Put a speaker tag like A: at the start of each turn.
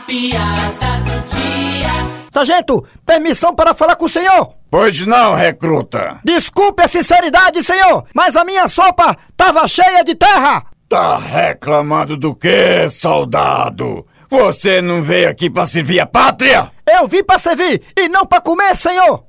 A: piada do dia.
B: Sargento, permissão para falar com o senhor.
C: Pois não, recruta.
B: Desculpe a sinceridade, senhor, mas a minha sopa tava cheia de terra.
C: Tá reclamando do quê, soldado? Você não veio aqui pra servir a pátria?
B: Eu vim para servir e não para comer, senhor.